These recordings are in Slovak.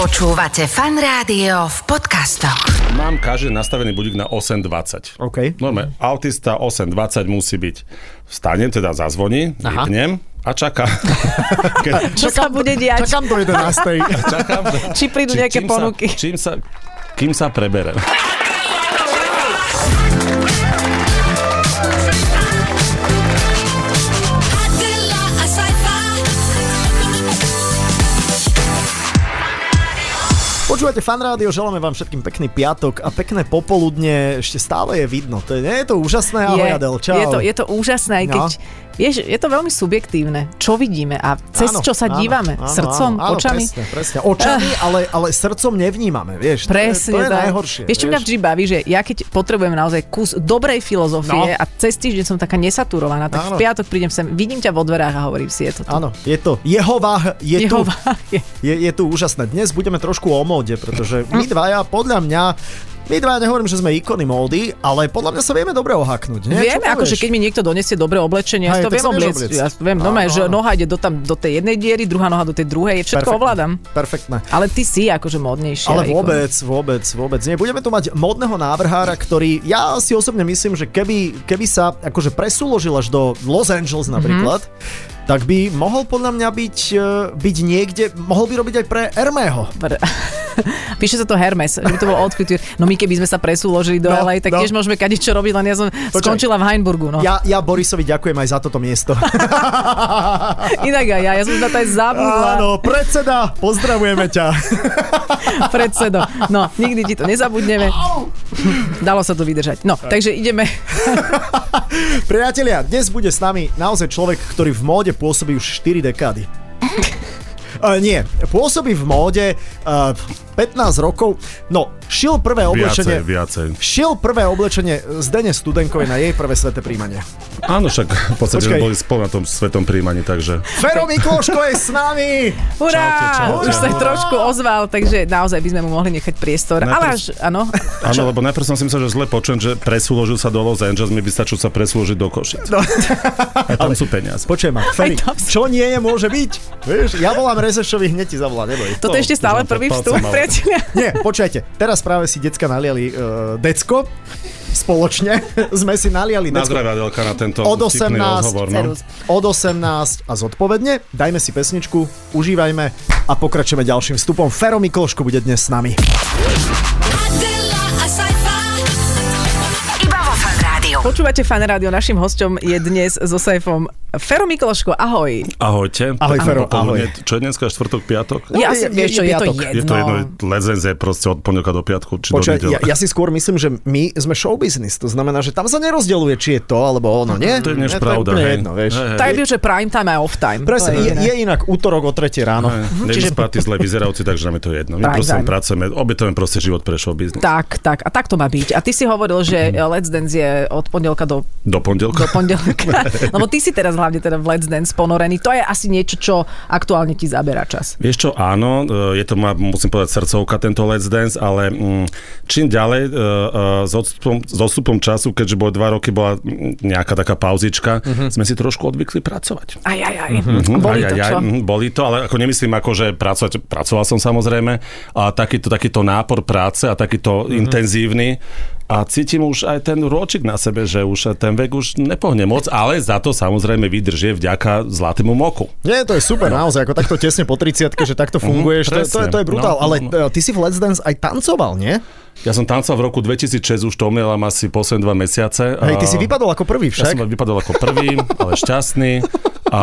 Počúvate fan rádio v podcastoch. Mám každý nastavený budík na 8.20. OK. Normálne, autista 8.20 musí byť. Vstane, teda zazvoní, Aha. vypnem a čaká. Keď Čo sa bude diať? Čakám do 11. čakám, Či prídu nejaké kým ponuky. Sa, čím sa, kým sa preberem. Počúvate fan rádio, želáme vám všetkým pekný piatok a pekné popoludne. Ešte stále je vidno. To je, nie je to úžasné? Ahoj, Adel, čau. Je, to, je to úžasné, aj No. keď... Vieš, je to veľmi subjektívne, čo vidíme a cez Áno, čo sa áno, dívame, áno, srdcom, áno, áno, očami. Ah. Presne, presne. Očami, ale, ale srdcom nevnímame, vieš. to je, to Presne je tak. najhoršie. Vieš, čo mňa vždy baví, že ja keď potrebujem naozaj kus dobrej filozofie No. a cez týždeň som taká nesaturovaná, tak Áno. v piatok prídem sem, vidím ťa vo dverách a hovorím si, je to tu. Áno, je to. Jehová je Jehová tu. je. Je, je tu úžasné. Dnes budeme trošku o móde, pretože Hm. my dvaja, podľa mňa, my dvaja nehovorím, že sme ikony módy, ale podľa mňa sa vieme dobre ohaknúť. Nie? Vieme, Čo akože povieš? keď mi niekto donesie dobré oblečenie, Hej, ja si to tak viem sa vieš obliecť. obliecť. Ja viem, Áno, no, že áno. noha ide do, tam, do tej jednej diery, druhá noha do tej druhej, všetko Perfektné. ovládam. Perfektné. Ale ty si akože modnejší. Ale Rejko. vôbec, vôbec, vôbec nie. Budeme tu mať modného návrhára, ktorý ja si osobne myslím, že keby, keby sa akože presúložil až do Los Angeles napríklad, mm-hmm. tak by mohol podľa mňa byť, e, byť niekde, mohol by robiť aj pre Hermého. Pr- Píše sa to Hermes, že by to bolo od couture. No my keby sme sa presúložili do No, no, LA, tak no. no. tiež môžeme kadiť čo robiť, len ja som Počkej. skončila v Heinburgu. No. Ja. Ja, ja Borisovi ďakujem aj za toto miesto. Inak aj ja, ja som na to aj zabudla, Áno. Áno, predseda, pozdravujeme ťa. predsedo. No, nikdy ti to nezabudneme. Dalo sa to vydržať. No, takže ideme. Priatelia, dnes bude s nami naozaj človek, ktorý v móde pôsobí už 4 dekády. Uh, nie, pôsobí v móde uh, 15 rokov. No, šil prvé oblečenie... Viacej, viacej. Šiel prvé oblečenie z Dene Studenkovej na jej prvé sveté príjmanie. Áno, však v podstate Počkaj. Počkej. boli spolu na tom svetom príjmaní, takže... Fero Mikloško je s nami! Hurá! Čaute, čaute. Už sa aj trošku ozval, takže naozaj by sme mu mohli nechať priestor. Najprv- Ale až, áno. Áno, lebo najprv som si myslel, že zle počujem, že presúložil sa do Los Angeles, mi by stačilo sa presúložiť do Košic. No. A tam sú peniaze. Počujem ma, Feri, tam si- čo nie je, môže byť. Vieš, ja volám Rezešovi, hneď ti zavolá, neboj. Toto To je ešte stále už mám pod prvý palcom, vstup, ale- priatelia. Nie, počkajte, teraz práve si decka naliali uh, decko, spoločne sme si naliali Na decko. zdravie, Adelka, na tento Od vtipný 18 rozhovor. No. Cerus. Od 18 a zodpovedne, dajme si pesničku, užívajme a pokračujeme ďalším vstupom. Fero Mikloško bude dnes s nami. Iba vo fan rádiu. Počúvate fan rádio, našim hosťom je dnes so Saifom Fero Mikloško, ahoj. Ahojte. Ahoj, Pekné Fero, popoludne. Čo je dneska, štvrtok, piatok? Ja je- si, je- vieš čo, je je to piatok. jedno. No, Je to jedno, lezenz je proste od pondelka do piatku, či Počkaj, do ja, nedele. ja si skôr myslím, že my sme show business, to znamená, že tam sa nerozdeluje, či je to alebo ono, nie? To je než Nie, pravda, úplne hej. jedno, vieš. Hej, hej. Tak je, že prime time a off time. Presne, To je, iné. je inak útorok o 3 ráno. Hm, Čiže... Nevyspatí zle vyzerajúci, takže nám je to jedno. My Tak, proste tak. pracujeme, obetujeme proste život pre showbiznis. Tak, tak. A tak to má byť. A ty si hovoril, že Mhm. eh, Let's Dance je od pondelka do Do pondelka. pondelka. Lebo ty si teraz hlavne teda v Let's Dance ponorený. To je asi niečo, čo aktuálne ti zaberá čas. Vieš čo, áno, e, je to ma, musím povedať, srdcovka tento Let's Dance, ale mm, čím ďalej e, e, s odstupom, s odstupom času, keďže bolo dva roky, bola mm, nejaká taká pauzička, Mhm. sme si trošku odvykli pracovať. Aj, aj, aj. Mm-hmm. Boli Aj, to, aj, aj, čo? mhm, boli to, ale ako nemyslím ako, že pracovať, pracoval som samozrejme, a takýto, takýto nápor práce a Mhm. takýto intenzívny a cítim už aj ten rôčik na sebe, že už ten vek už nepohne moc, ale za to samozrejme vydržie vďaka zlatému moku. Nie, to je super, naozaj, ako takto tesne po 30 že takto funguješ, to, je- to, je, to je Mhm, presne. brutál. No, Ale no. e, ty si v Let's Dance aj tancoval, nie? Ja som tancoval v roku 2006, už to omielam asi posledné dva mesiace. Hej, ty si A- vypadol ako prvý Ja však. som vypadol ako prvý, ale šťastný. A, a,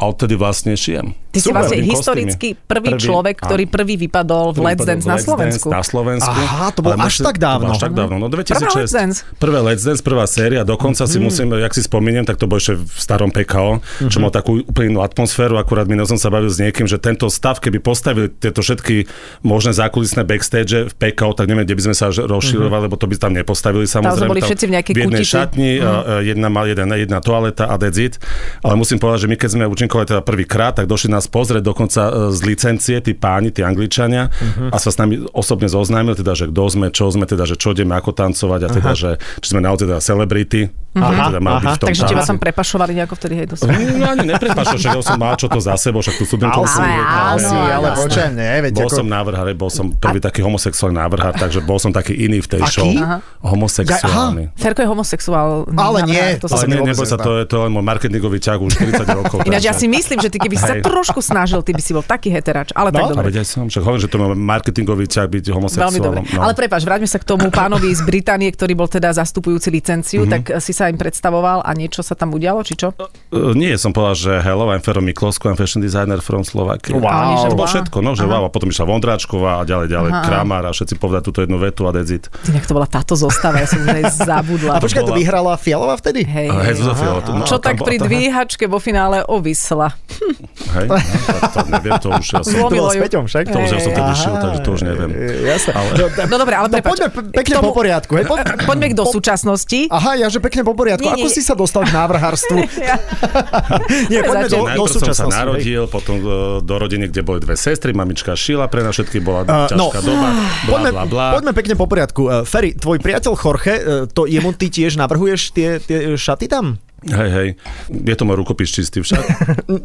a odtedy vlastne šijem. Ty si Super, vlastne robím historicky kostýmy. prvý, človek, ktorý áno, prvý vypadol v ktorý Let's vypadol Dance v na Let's Slovensku. Dance na Slovensku. Aha, to bolo Ale až musím- tak To dávno. hm? bolo až tak dávno, no 2006. Prvá Let's Dance. Prvé Let's Dance, prvá séria, dokonca Mhm. si musím, jak si spomínam, tak to bolo ešte v starom PKO, čo mal takú úplne inú atmosféru, akurát minul som sa bavil s niekým, že tento stav, keby postavili tieto všetky možné zákulisné backstage v PKO, tak neviem, kde by sme sa až Mhm. rozširovali, lebo to by tam nepostavili samozrejme. boli všetci v nejakej v jednej kutici. šatni, mm. jedna, mal- jeden, jedna toaleta a decit, ale musím musím povedať, že my keď sme účinkovali teda prvýkrát, tak došli nás pozrieť dokonca e, z licencie, tí páni, tí angličania Mhm. uh-huh. a sa s nami osobne zoznámili, teda, že kto sme, čo sme, teda, že čo ideme, ako tancovať a teda, že či sme naozaj teda celebrity. Aha, Aha, teda mal Mhm. aha. byť v tom Takže teba tanci. tam prepašovali nejako vtedy, hej, dosť. No ani neprepašil, že som mal čo to za sebou, však tu studentom som... Ale áno, Ale- áno, ale jasné. počujem, nie, veď Bol ako... som návrhár, bol som prvý taký homosexuálny návrhár, takže bol som taký iný v tej Aký? show. Aha. Homosexuálny. Ferko je homosexuál. Ale nie, To Ale som... nie, vôbec neboj sa, neznám. to je, to je len môj marketingový ťah už 40 rokov. Ináč ja takže- si myslím, že ty keby si sa Hej. trošku snažil, ty by si bol taký heterač. Ale tak No, dobre. Ale ja som, však hovorím, že to má marketingový ťah byť Veľmi dobre. homosexuálom. No. Ale prepáč, vráťme sa k tomu pánovi z Británie, ktorý bol teda zastupujúci licenciu, Mhm. mm-hmm. tak eh, si sa im predstavoval a niečo sa tam udialo, či čo? Uh, nie, som povedal, že hello, I'm Fero Miklosko, I'm fashion designer from Slovakia. A oni, že To bolo wow. všetko, no, že wow. A potom išla Vondráčková a ďalej, ďalej, Aha. Kramar a všetci povedali túto jednu vetu a dezit. Ty, nejak to bola táto zostava, ja som už aj zabudla. A počkaj, to bola- vyhrala Fialová vtedy? Hej, Hej, Zuzafio, to- no, Čo tam tak bola pri tá- dvíhačke vo finále ovisla. Hej, no, tak to neviem, to už ja som... To bolo Zlomilo s ju. Peťom však? e, To už ja som Hej. tedy šiel, takže to už neviem. Jasné. Ale- No dobre, ale No prepáč. poďme pe- pekne K tomu- e, po poriadku. Hej, po... Poďme k do súčasnosti. Aha, ja že pekne po poriadku. Nie, Ako nie. si sa dostal k návrhárstvu? Ja- Nie, poďme do, do Najprv som sa súčasnosti. hej. narodil, potom e, do rodiny, kde boli dve sestry, mamička šila, pre nás všetky bola Uh, ťažká no. doba, bla, Poďme, bla, bla. poďme pekne po poriadku. Uh, Ferry, tvoj priateľ Jorge, uh, to jemu ty tiež navrhuješ tie, tie šaty tam? Hej, hej, je to môj rukopis čistý však.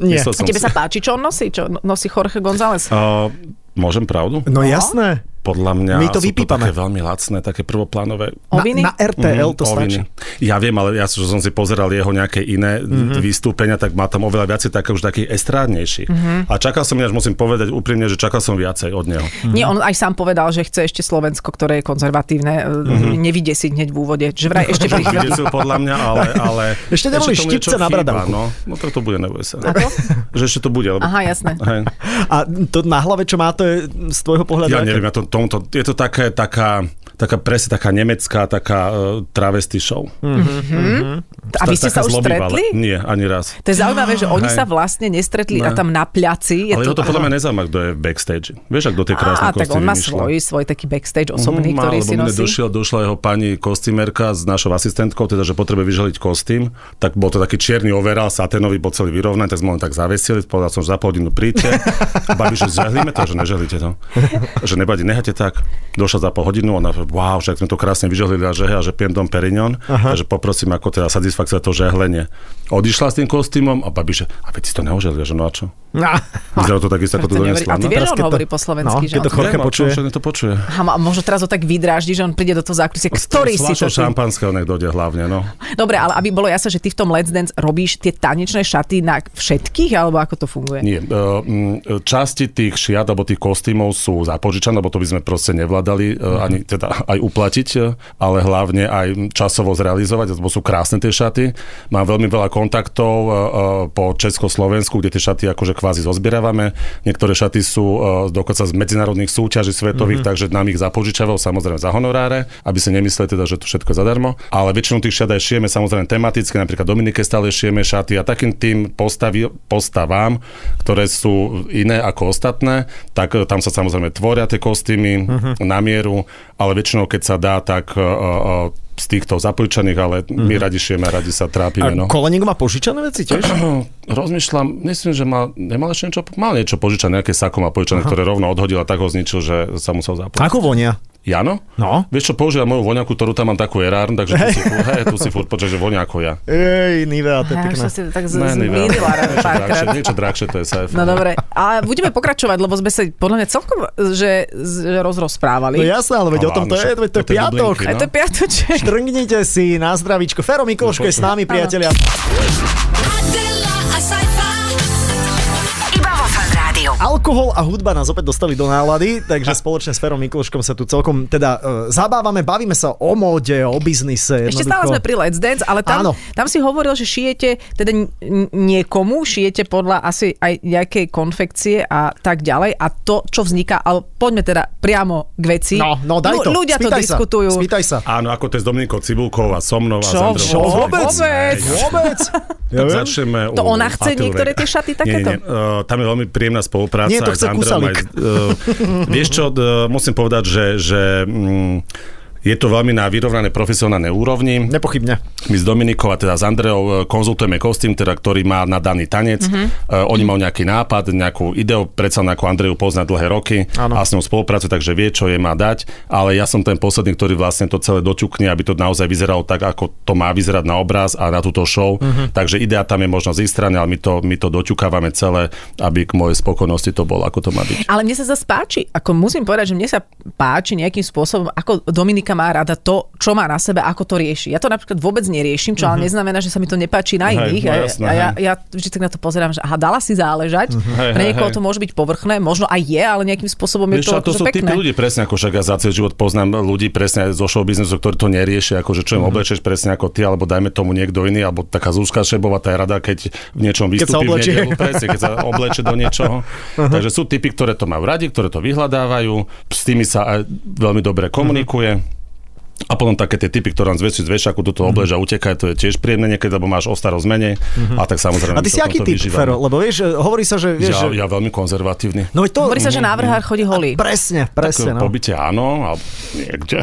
nie. Myslel A som tebe si- sa páči, čo on nosí? Čo no- nosí Jorge González? Uh, môžem pravdu? No jasné. Podľa mňa My sú to to vypípame. také veľmi lacné, také prvoplánové Oviny? Na, na Mhm, RTL to stačí. Mhm. oviny. Ja viem, ale ja čo som si pozeral jeho nejaké iné mm-hmm. vystúpenia, tak má tam oveľa viacej také už takých estrádnejších. Mhm. Mm-hmm. A čakal som, ináč musím povedať úprimne, že čakal som viacej od neho. Nie, on aj sám povedal, že chce ešte Slovensko, ktoré je konzervatívne, Mhm. mm-hmm. nevydesiť hneď v úvode. Že vraj ešte Že prichádza. vydesil podľa mňa, ale... ale Ešte neboli tomu niečo štipce na chýba, bradavku. No, no tak to bude, neboj sa. Ako? Že ešte to bude, lebo... Aha, jasné. Hej. A to na hlave, čo má, to je z tvojho pohľadu? Ja aké? neviem, ja to, tomto, je to také, taká, taká presne taká nemecká, taká uh, travesty show. Hmm. A vy ste Taká sa už zlobivá, ale- stretli? Nie, ani raz. To je zaujímavé, že oni Hej. sa vlastne nestretli Ne. a tam na pľaci. Je Ale jeho to podľa mňa nezaujíma, kto je v backstage. Vieš, ak do tej krásnej Á, tak kosti on má vymýšľa. svoj, svoj taký backstage osobný, Mhm, ktorý lebo si mne nosí. Došiel, došla jeho pani kostýmerka s našou asistentkou, teda, že potrebuje vyželiť kostým, tak bol to taký čierny overal, saténový, bol celý vyrovnaný, tak sme ho len tak zavesili, povedal som, že za pol hodinu príďte, babi, že zžehlíme to, že nežehlíte to, že nebadi, nehajte tak. Došla za pol hodinu, ona, že wow, však sme to krásne vyžehlili a žehe, a že pijem dom Perignon, Aha. takže poprosím, ako teda satisfakcia to žehlenie. Odišla s tým kostýmom a babi, že a veď si to neoželia, že no a čo? No. Vyzerá to takisto, ako To to neverí- donesla. a ty no? vieš, že Teraz, on keď to- hovorí po slovensky, no, že keď to on... chod- Jorge Viem, a čo, počuje? všetko to počuje. Aha, a možno teraz ho tak vydráždi, že on príde do toho zákulisia, ktorý si to... Slášou tu- šampanského nech dojde hlavne, no. Dobre, ale aby bolo jasné, že ty v tom Let's Dance robíš tie tanečné šaty na všetkých, alebo ako to funguje? Nie, e, mm, časti tých šiat alebo tých kostýmov sú zapožičané, lebo to by sme proste Mhm. nevládali e, ani teda aj uplatiť, e, ale hlavne aj časovo zrealizovať, lebo sú krásne tie šaty. Mám veľmi veľa kontaktov e, e, po Československu, kde tie šaty akože kvázi zozbieravame. Niektoré šaty sú e, dokonca z medzinárodných súťaží Mhm. svetových, mm-hmm. takže nám ich zapožičavajú samozrejme za honoráre, aby si nemysleli teda, že to všetko je zadarmo. Ale väčšinu tých šiat aj šieme samozrejme tematicky, napríklad Dominike stále šieme šaty a takým tým postavi, postavám, ktoré sú iné ako ostatné, tak e, tam sa samozrejme tvoria tie kostýmy uh-huh. na mieru, ale väčšinou keď sa dá, tak e, e, z týchto zapojičaných, ale my radi šieme, radi sa A trápime. No. koleník má požičané veci tiež? Rozmýšľam, myslím, že mal, nemal ešte niečo, mal niečil požičané, nejaké sako má požičané, ktoré rovno odhodil a tak ho zničil, že sa musel zapojiť. Ako vonia? Jano? No. Vieš čo, používam moju voňaku, ktorú tam mám takú erárnu, takže tu si, furt- hej, tu si furt počuť, že vonia ako ja. Ej, Nivea, to je Ja už pekné. som si to tak Ne, z- ne, zmýlila ne, niečo drahšie, párkrát. niečo drahšie, to je safe. No dobre, a budeme pokračovať, lebo sme sa podľa mňa celkom že, že No rozrozprávali. jasné, ale veď o tom to je, veď to To je no. je piatok. bublinky, A to je piatoček. Trngnite si na zdravíčko. Fero Mikloško je s nami, priatelia. Adela, a sci-fi. Iba vo Fan Rádiu. Alkohol a hudba nás opäť dostali do nálady, takže spoločne s Ferom Mikloškom sa tu celkom teda e, zabávame, bavíme sa o móde, o biznise. Ešte jednoducho. stále sme pri Let's Dance, ale Áno. tam, tam si hovoril, že šijete teda n- n- niekomu, šijete podľa asi aj nejakej konfekcie a tak ďalej a to, čo vzniká, ale poďme teda priamo k veci. No, no daj Ľu- to. Ľudia to spýtaj diskutujú. Sa, spýtaj sa. Áno, ako to je s Dominikou Cibulkou a so mnou a s Čo? Čo? Andreou. Vôbec? Hej, Vôbec. Tak začneme To u ona chce Atilvega. niektoré tie šaty takéto? Nie, nie, uh, tam je veľmi príjemná spolupráca. Nie, aj e, to s chce Andreom, Kusalík. e, aj s- uh, vieš čo, uh, musím povedať, že, že mm, Je to veľmi na vyrovnané profesionálne úrovni. Nepochybne. My s Dominikou a teda s Andreou e, konzultujeme kostým, teda, ktorý má na daný tanec. Mm-hmm. Uh, oni majú nejaký nápad, nejakú ideu, predsa ako Andreju pozná dlhé roky Áno. a s ňou spolupracuje, takže vie, čo jej má dať. Ale ja som ten posledný, ktorý vlastne to celé doťukne, aby to naozaj vyzeralo tak, ako to má vyzerať na obraz a na túto show. Mm-hmm. Takže idea tam je možno z ich strany, ale my to, my to doťukávame celé, aby k mojej spokojnosti to bolo, ako to má byť. Ale mne sa zase páči, ako musím povedať, že mne sa páči nejakým spôsobom, ako Dominika má rada to, čo má na sebe, ako to rieši. Ja to napríklad vôbec neriešim, čo ale neznamená, že sa mi to nepáči na Mhm. Hej, iných. no a, jasné, a ja, hej. Mhm. ja vždy tak na to pozerám, že aha, dala si záležať. Hej, Pre hej, niekoho hej. to môže byť povrchné, možno aj je, ale nejakým spôsobom je Vieš, to, čo, a to akože sú typy pekné. ľudí, presne ako však ja za celý život poznám ľudí presne aj zo showbiznisu, ktorí to neriešia, ako že čo im Mhm. oblečeš presne ako ty, alebo dajme tomu niekto iný, alebo taká Zuzka Šebová, tá je rada, keď v niečom Keď sa vystúpi v oblečie. nedelu, presne, keď sa obleče do niečoho. Mhm. Takže sú typy, ktoré to majú radi, ktoré to vyhľadávajú, s tými sa aj veľmi dobre Mhm. komunikuje. A potom také tie typy, ktoré nám zväčšiu zväčšia, ako Mhm. toto oblež a utekaj, to je tiež príjemné niekedy, lebo máš o starosť menej. A tak samozrejme. Mhm. A ty my si sa v aký tomto typ, vyžívame. Fero? Lebo vieš, e, hovorí sa, že... Ja, Vieš, že- ja veľmi konzervatívny. No veď to... Hovorí Mhm. sa, že návrhár chodí holý. Presne, Tak presne. No. pobyte áno, a niekde.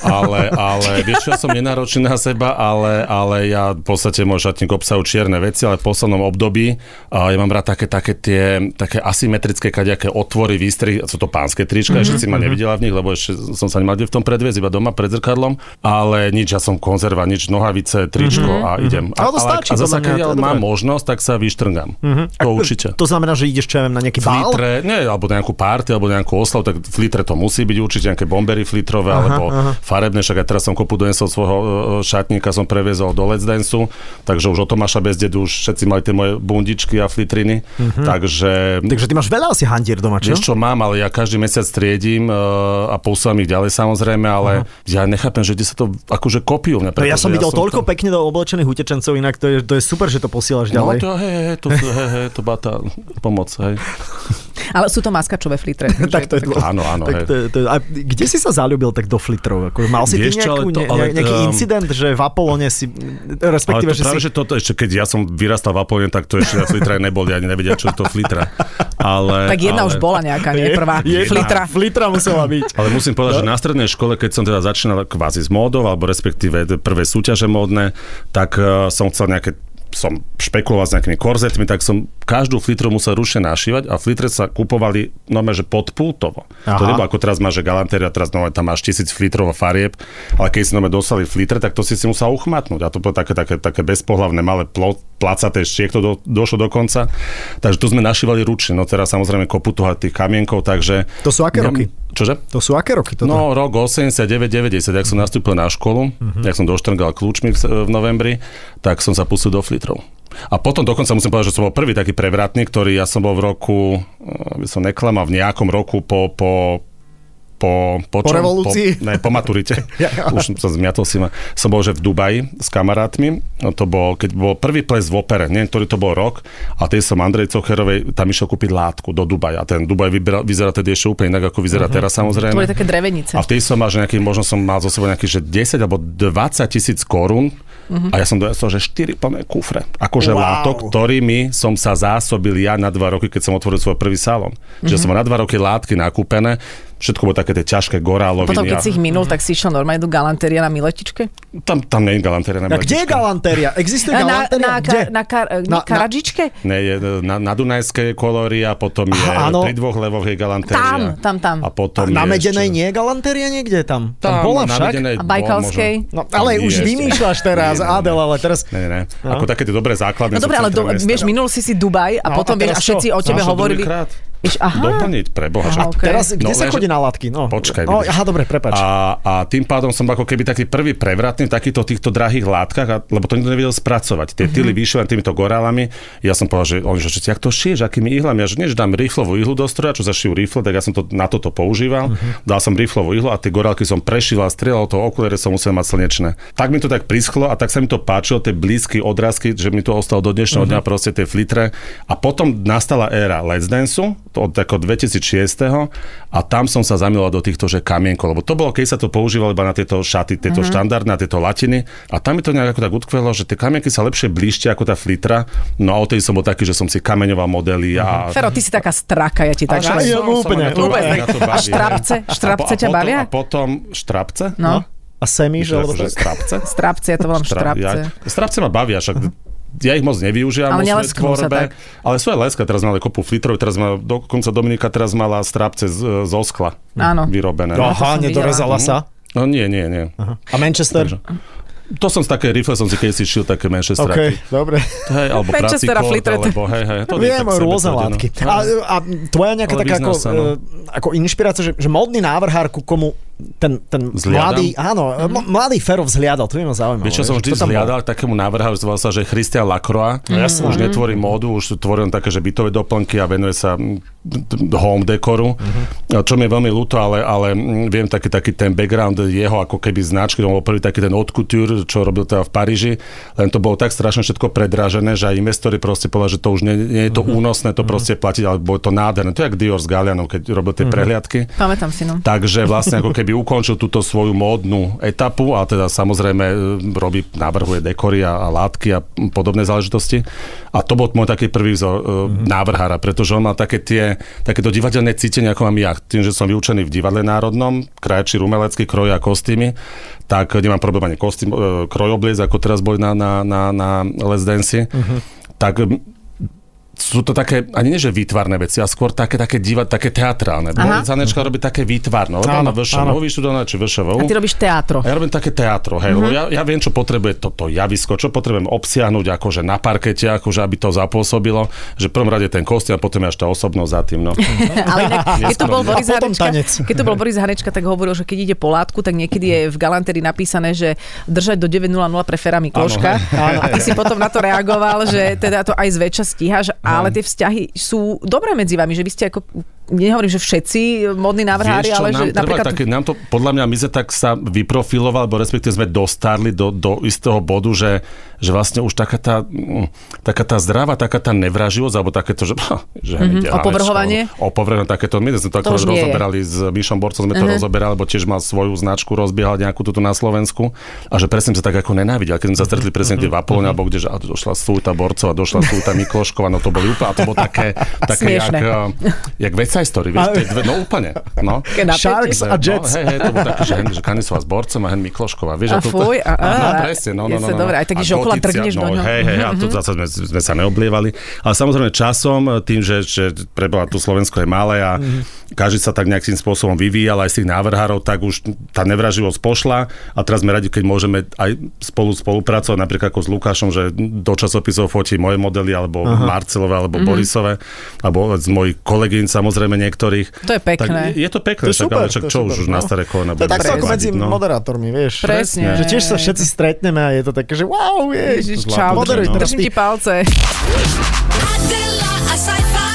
Ale, ale vieš, čo, ja som nenáročný na seba, ale, ale ja v podstate môj šatník obsahu čierne veci, ale v poslednom období a ja mám rád také, také tie také asymetrické kaďaké otvory, výstry, sú to pánske trička, Mhm, mm-hmm. ešte si ma nevidela v nich, lebo ešte som sa nemal kde v tom predviesť, iba doma pred zrkadlom, ale nič, ja som konzerva, nič, nohavice, tričko mm-hmm. a idem. A, Mhm, Ale to stačí a zase, podľa mňa, to je keď ja mám dobré. Mhm. možnosť, tak sa vyštrngam. Mm-hmm. To určite To znamená, že ideš, čo ja viem, na nejaký bál? flitre, nie, alebo na nejakú party, alebo na nejakú oslavu, tak flitre to musí byť určite, nejaké bombery flitrové, aha, alebo aha. farebné, však aj teraz som kopu donesol svojho e, šatníka, som previezol do Let's Danceu, takže už o Tomáša bez dedu už všetci mali tie moje bundičky a flitriny, takže... Takže ty máš veľa asi handier doma, Mhm. čo? Vieš čo mám, ale ja každý mesiac triedím e, a posúvam ich ďalej samozrejme, ale ja nechápem, že kde sa to akože kopijú. Mňa, No ja pretože som videl toľko tam- pekne do oblečených utečencov, inak to je, to je super, že to posielaš No ďalej. to, hej, hej, to, sú- hej, hej, to bata, pomoc, hej. Ale sú to maskačové flitre. takže tak to je dôležité. áno, áno, Tak hej. to, je- to, je- a kde si sa zalúbil tak do flitrov? Ako, mal si Vieš ty čo, ale nejakú, to- ne, ale, ne- nejaký um, incident, že v Apolone si, Ale respektíve, to že práve, si... že toto ešte, keď ja som vyrastal v Apolline, tak to ešte na flitre neboli, ani nevedia, čo je to flitra. Ale, Tak jedna ale, už bola nejaká, nie? Prvá jedna. flitra. Flitra musela byť. Ale musím povedať, že na strednej škole, keď som teda začínal kvázi s módou, alebo respektíve t- prvé súťaže módne, tak eh, som chcel nejaké som špekuloval s nejakými korzetmi, tak som každú flitru musel rušne našívať a flitre sa kupovali normálne, že podpultovo. Aha. To Aha. nebolo ako teraz máš, že galantéria, teraz normálne tam máš tisíc flitrov a farieb, ale keď si normálne dostali flitre, tak to si si musel uchmatnúť. A to bolo také, také, také bezpohlavné, malé plo, placaté štiek, to do, došlo do konca. Takže to sme našívali ručne. No teraz samozrejme kopu toho tých kamienkov, takže... To sú aké Ja- roky? Čože? To sú aké roky toto? No, rok 89, 90, ak som nastúpil na školu, uh-huh. Mhm. ak som doštrngal kľúčmi v, v novembri, tak som sa pustil do flitrov. A potom dokonca musím povedať, že som bol prvý taký prevratný, ktorý ja som bol v roku, eh, aby som neklamal, v nejakom roku po, po po, po, Po čom? revolúcii? Po, ne, po maturite. Už som zmiatol si ma. Som bol, že v Dubaji s kamarátmi, no to bol, keď bol prvý ples v opere, neviem, ktorý to bol rok, a tej som Andrej Cocherovej tam išiel kúpiť látku do Dubaja. A ten Dubaj vyberal, vyzerá tedy ešte úplne inak, ako vyzerá Mhm. teraz samozrejme. To boli také drevenice. A vtedy som mal, že nejaký, možno som mal zo sebou nejakých, že 10 alebo 20 tisíc korún a ja som donesol, že 4 plné kufre. Akože Mhm. Wow. wow. látok, ktorými som sa zásobil ja na 2 roky, keď som otvoril svoj prvý salón. Mm-hmm. Mhm. Že som mal na 2 roky látky nakúpené, všetko bolo také tie ťažké goráloviny. Potom, keď a- si ich minul, tak si išiel normálne do galantéria na Miletičke. Tam, tam nie je galantéria. A kde je galantéria? Existuje Na, galantéria? na, kde? ka, na, kar, Na- na, na- Karadžičke? Ne, je e, na, na Dunajskej kolórii a potom je Aha, áno. pri dvoch levoch je galantéria. Tam, tam, tam. A potom na je Medenej ešte- nie je galantéria niekde tam? Tam, Tam, bola na však? Medenej A bol, Bajkalskej? možno. No, ale Tam nie je už ešte. vymýšľaš teraz, Nie, nie, nie. Adel, ale teraz... Ne, ne, ne. Ako také tie dobré základné. No dobre, ale sú v do, centre mesta. vieš, minul si si Dubaj a No, potom a vieš, a teraz všetci čo? o tebe Máš to hovorili... druhýkrát? Vieš, aha, Doplniť, pre Boha. že- Aha, ok. Teraz, No, kde sa lenže- chodí na látky? No, Počkaj, no, vidíš. aha, dobre, prepač. A, a tým pádom som ako keby taký prvý prevratný takýto týchto drahých látkach, a, lebo to nikto nevedel spracovať. Mhm. Tie tyly vyšli len týmito gorálami. Ja som povedal, že oni, že všetci, jak to šiješ, akými ihlami? Ja že nie, že dám riflovú ihlu do stroja, čo zašijú rifle, tak ja som to na toto používal. Mhm. Dal som riflovú ihlu a tie gorálky som prešíval, strieľal to okuliare som musel mať slnečné. Tak mi to tak prischlo a tak sa mi to páčilo, tie blízky odrazky, že mi to ostalo do Mhm. dnešného dňa proste tie flitre. A potom nastala éra Let's Danceu, to od ako 2006. A tam som sa zamiloval do týchto, že kamienkov, lebo to bolo, keď sa to používalo iba na tieto šaty, tieto Mhm. mm-hmm. štandardné, na tieto latiny. A tam mi to nejak ako tak utkvelo, že tie kamienky sa lepšie blížtia ako tá flitra. No a odtedy som bol taký, že som si kameňoval modely a... Mhm. Fero, ty si taká straka, ja ti tak ja hovorím. úplne, úplne. A štrapce? Štrapce ťa bavia? A potom, štrapce? No. a semiš, Že, alebo akože tak. strapce? Strapce, ja to volám Štra- štrapce. ja- Strapce ma bavia, však ja ich moc nevyužívam Mhm. ale vo Ale svojej nelesknú sa tvorbe, tak. ale sú aj leska, teraz mali kopu flitrov, teraz má, dokonca Dominika teraz mala strapce z, e, zo skla Áno. vyrobené. No. Aha, som nedorezala sa. No nie, nie, nie. Aha. A Manchester? Takže- To som z také rifle, som si keď si šil také menšie OK, strapy. dobre. Hej, alebo Manchester a pracikot, teda flitre, to- alebo hej, hej. To nie je Viem, tak no. rôzne sebestavené. látky. No. Áno. A, e, a tvoja nejaká Ale taká vyzná ako, sa, no. e, ako inšpirácia, že, že modný návrhár, ku komu ten, ten Zhliadam? mladý, áno, Mhm. mm-hmm. mladý Ferov zhliadal, to by ma zaujímalo. Vieš, čo som No, že vždy kto tam bol? zhliadal k takému návrhu, zval sa, že Christian Lacroix mm. už netvorí módu, už tvorí on také, že bytové doplnky a venuje sa mm, home dekoru, mm. čo mi je veľmi ľúto, ale, ale mm, viem taký, taký ten background jeho ako keby značky, on bol prvý taký ten haute couture, čo robil teda v Paríži, len to bolo tak strašne všetko predražené, že aj investori proste povedali, že to už nie, nie je to únosné to proste platiť, ale bolo to nádherné. To je jak Dior s Galianom, keď robil tie prehliadky. Pamätám si, no. Takže vlastne ako keby ukončil túto svoju módnu etapu a teda samozrejme e, robí, navrhuje dekory a, a látky a podobné záležitosti. A to bol môj taký prvý vzor mm-hmm. návrhára, pretože on mal také tie, takéto divadelné cítenie, ako mám ja. Tým, že som vyučený v divadle národnom, krajčí, rumelecký, kroj a kostýmy, tak nemám problém ani kostým, e, krojobliec, ako teraz boli na, na, na, na Let's Dance. Mm-hmm. Tak m, sú to také, ani nie že výtvarné veci, a skôr také, také diva, také teatrálne. Aha. Zanečka robí také výtvarné. Lebo áno, Áno, VŠMU, vyštudovaná či A VŠVU. ty robíš Mhm. teatro. A ja robím také teatro, hej, lebo ja, ja viem, čo potrebuje toto javisko, čo potrebujem obsiahnuť akože na parkete, akože aby to zapôsobilo, že v prvom rade ten kostým a potom je až tá osobnosť za tým, no. Ale inak, keď to bol Neskromne. Boris A potom Hanečka, tanec. keď to bol Boris Hanečka, tak hovoril, že keď ide po látku, tak niekedy je v galanteri napísané, že držať do 9.00 pre Fera Mikloška. A ty si potom na to reagoval, že teda to aj zväčša stíhaš, ale tie vzťahy sú dobré medzi vami, že vy ste ako, nehovorím, že všetci modní návrhári, Vieš čo, ale nám, že treba napríklad... také, nám to, podľa mňa, my sme tak sa vyprofilovali, alebo respektíve sme dostarli do, do istého bodu, že, že vlastne už taká tá, mm, taká tá zdravá, taká tá nevraživosť, alebo takéto, že, že mm-hmm, Mhm, opovrhovanie? Opovrhovanie, takéto, my sme to, To to už nie je. Mhm. rozoberali s Mišom Borcom, sme to rozoberali, lebo tiež mal svoju značku, rozbiehal nejakú túto na Slovensku a že presne sa tak ako nenávidel, keď sme sa stretli presne tie v Mhm, Apolóne, alebo kde, že a došla Súta Borcová, došla Súta Miklošková, no to boli úplne, a to bolo také, také jak, Smiešne. eh, jak West Side Story, vieš, tie dve, no úplne, no. Keď napätie. Sharks a No, Jets. hej, hej, to bol taký, že, Hen, že Kanisová s Borcom a Hen Miklošková. Vieš, A to, fuj, a- a- no, a- presne, no, no, jasne, no, no. dobre, aj taký, A že okola goticia, trhneš do no, ňoho. Mhm. Hej, hej, a to zase sme, sme sa neoblievali. Ale samozrejme časom, e, tým, že, že preboha, tu Slovensko je malé a Mhm. každý sa tak nejakým spôsobom vyvíjal aj z tých návrhárov, tak už tá nevraživosť pošla a teraz sme radi, keď môžeme aj spolu spolupracovať, napríklad ako s Lukášom, že do časopisov fotí moje modely, alebo Marcelové, alebo Mhm. Borisové, alebo z mojich kolegín samozrejme niektorých. To je pekné. Tak je to pekné, To je však, super, ale však to je čo super, už, už no. na staré kolena To je budeme takto ako chodiť, medzi no. moderátormi, vieš. Presne. Že tiež sa všetci stretneme a je to také, že wow, vieš. Ježiš, čau, Zlato, Moderuj no. teraz držím ti ty. palce. Adela, a sci-fi.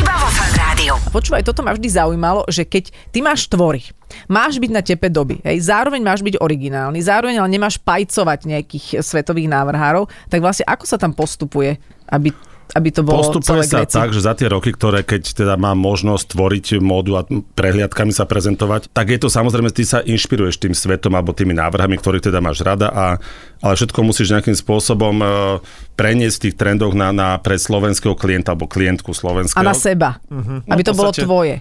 Iba vo fan rádiu. Počúvaj, toto ma vždy zaujímalo, že keď ty máš tvory, máš byť na tepe doby, hej, zároveň máš byť originálny, zároveň ale nemáš pajcovať nejakých svetových návrhárov, tak vlastne ako sa tam postupuje, aby, aby to bolo Postupuje celé k sa veci? tak, že za tie roky, ktoré keď teda mám možnosť tvoriť módu a prehliadkami sa prezentovať, tak je to samozrejme, ty sa inšpiruješ tým svetom alebo tými návrhami, ktorých teda máš rada, a, ale všetko musíš nejakým spôsobom e, preniesť v tých trendoch na, na pre slovenského klienta alebo klientku a slovenského. na seba, aby No, to v bolo podstate- tvoje.